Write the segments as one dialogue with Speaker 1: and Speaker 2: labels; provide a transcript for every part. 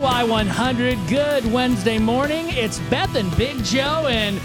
Speaker 1: Y100, good Wednesday morning. It's Beth and Big Joe, and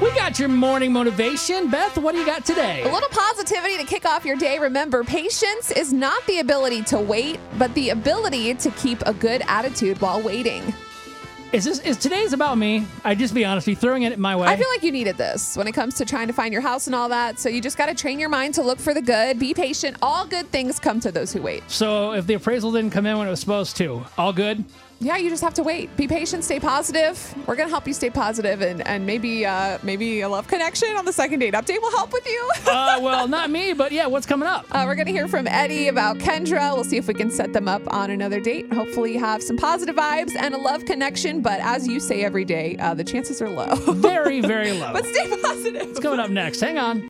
Speaker 1: we got your morning motivation. Beth, what do you got today?
Speaker 2: A little positivity to kick off your day. Remember, patience is not the ability to wait, but the ability to keep a good attitude while waiting.
Speaker 1: Is this is today's about me? I just be honest, you throwing it my way.
Speaker 2: I feel like you needed this when it comes to trying to find your house and all that. So you just got to train your mind to look for the good, be patient. All good things come to those who wait.
Speaker 1: so if the appraisal didn't come in when it was supposed to, all good.
Speaker 2: Yeah, you just have to wait. Be patient, stay positive. We're gonna help you stay positive, and and maybe uh, maybe a love connection on the second date update will help with you.
Speaker 1: Uh, well, not me, but yeah, what's coming up?
Speaker 2: Uh, we're going to hear from Eddie about Kendra. We'll see if we can set them up on another date. Hopefully, have some positive vibes and a love connection. But as you say every day, uh, the chances are low.
Speaker 1: Very, very low.
Speaker 2: but stay positive.
Speaker 1: What's coming up next? Hang on.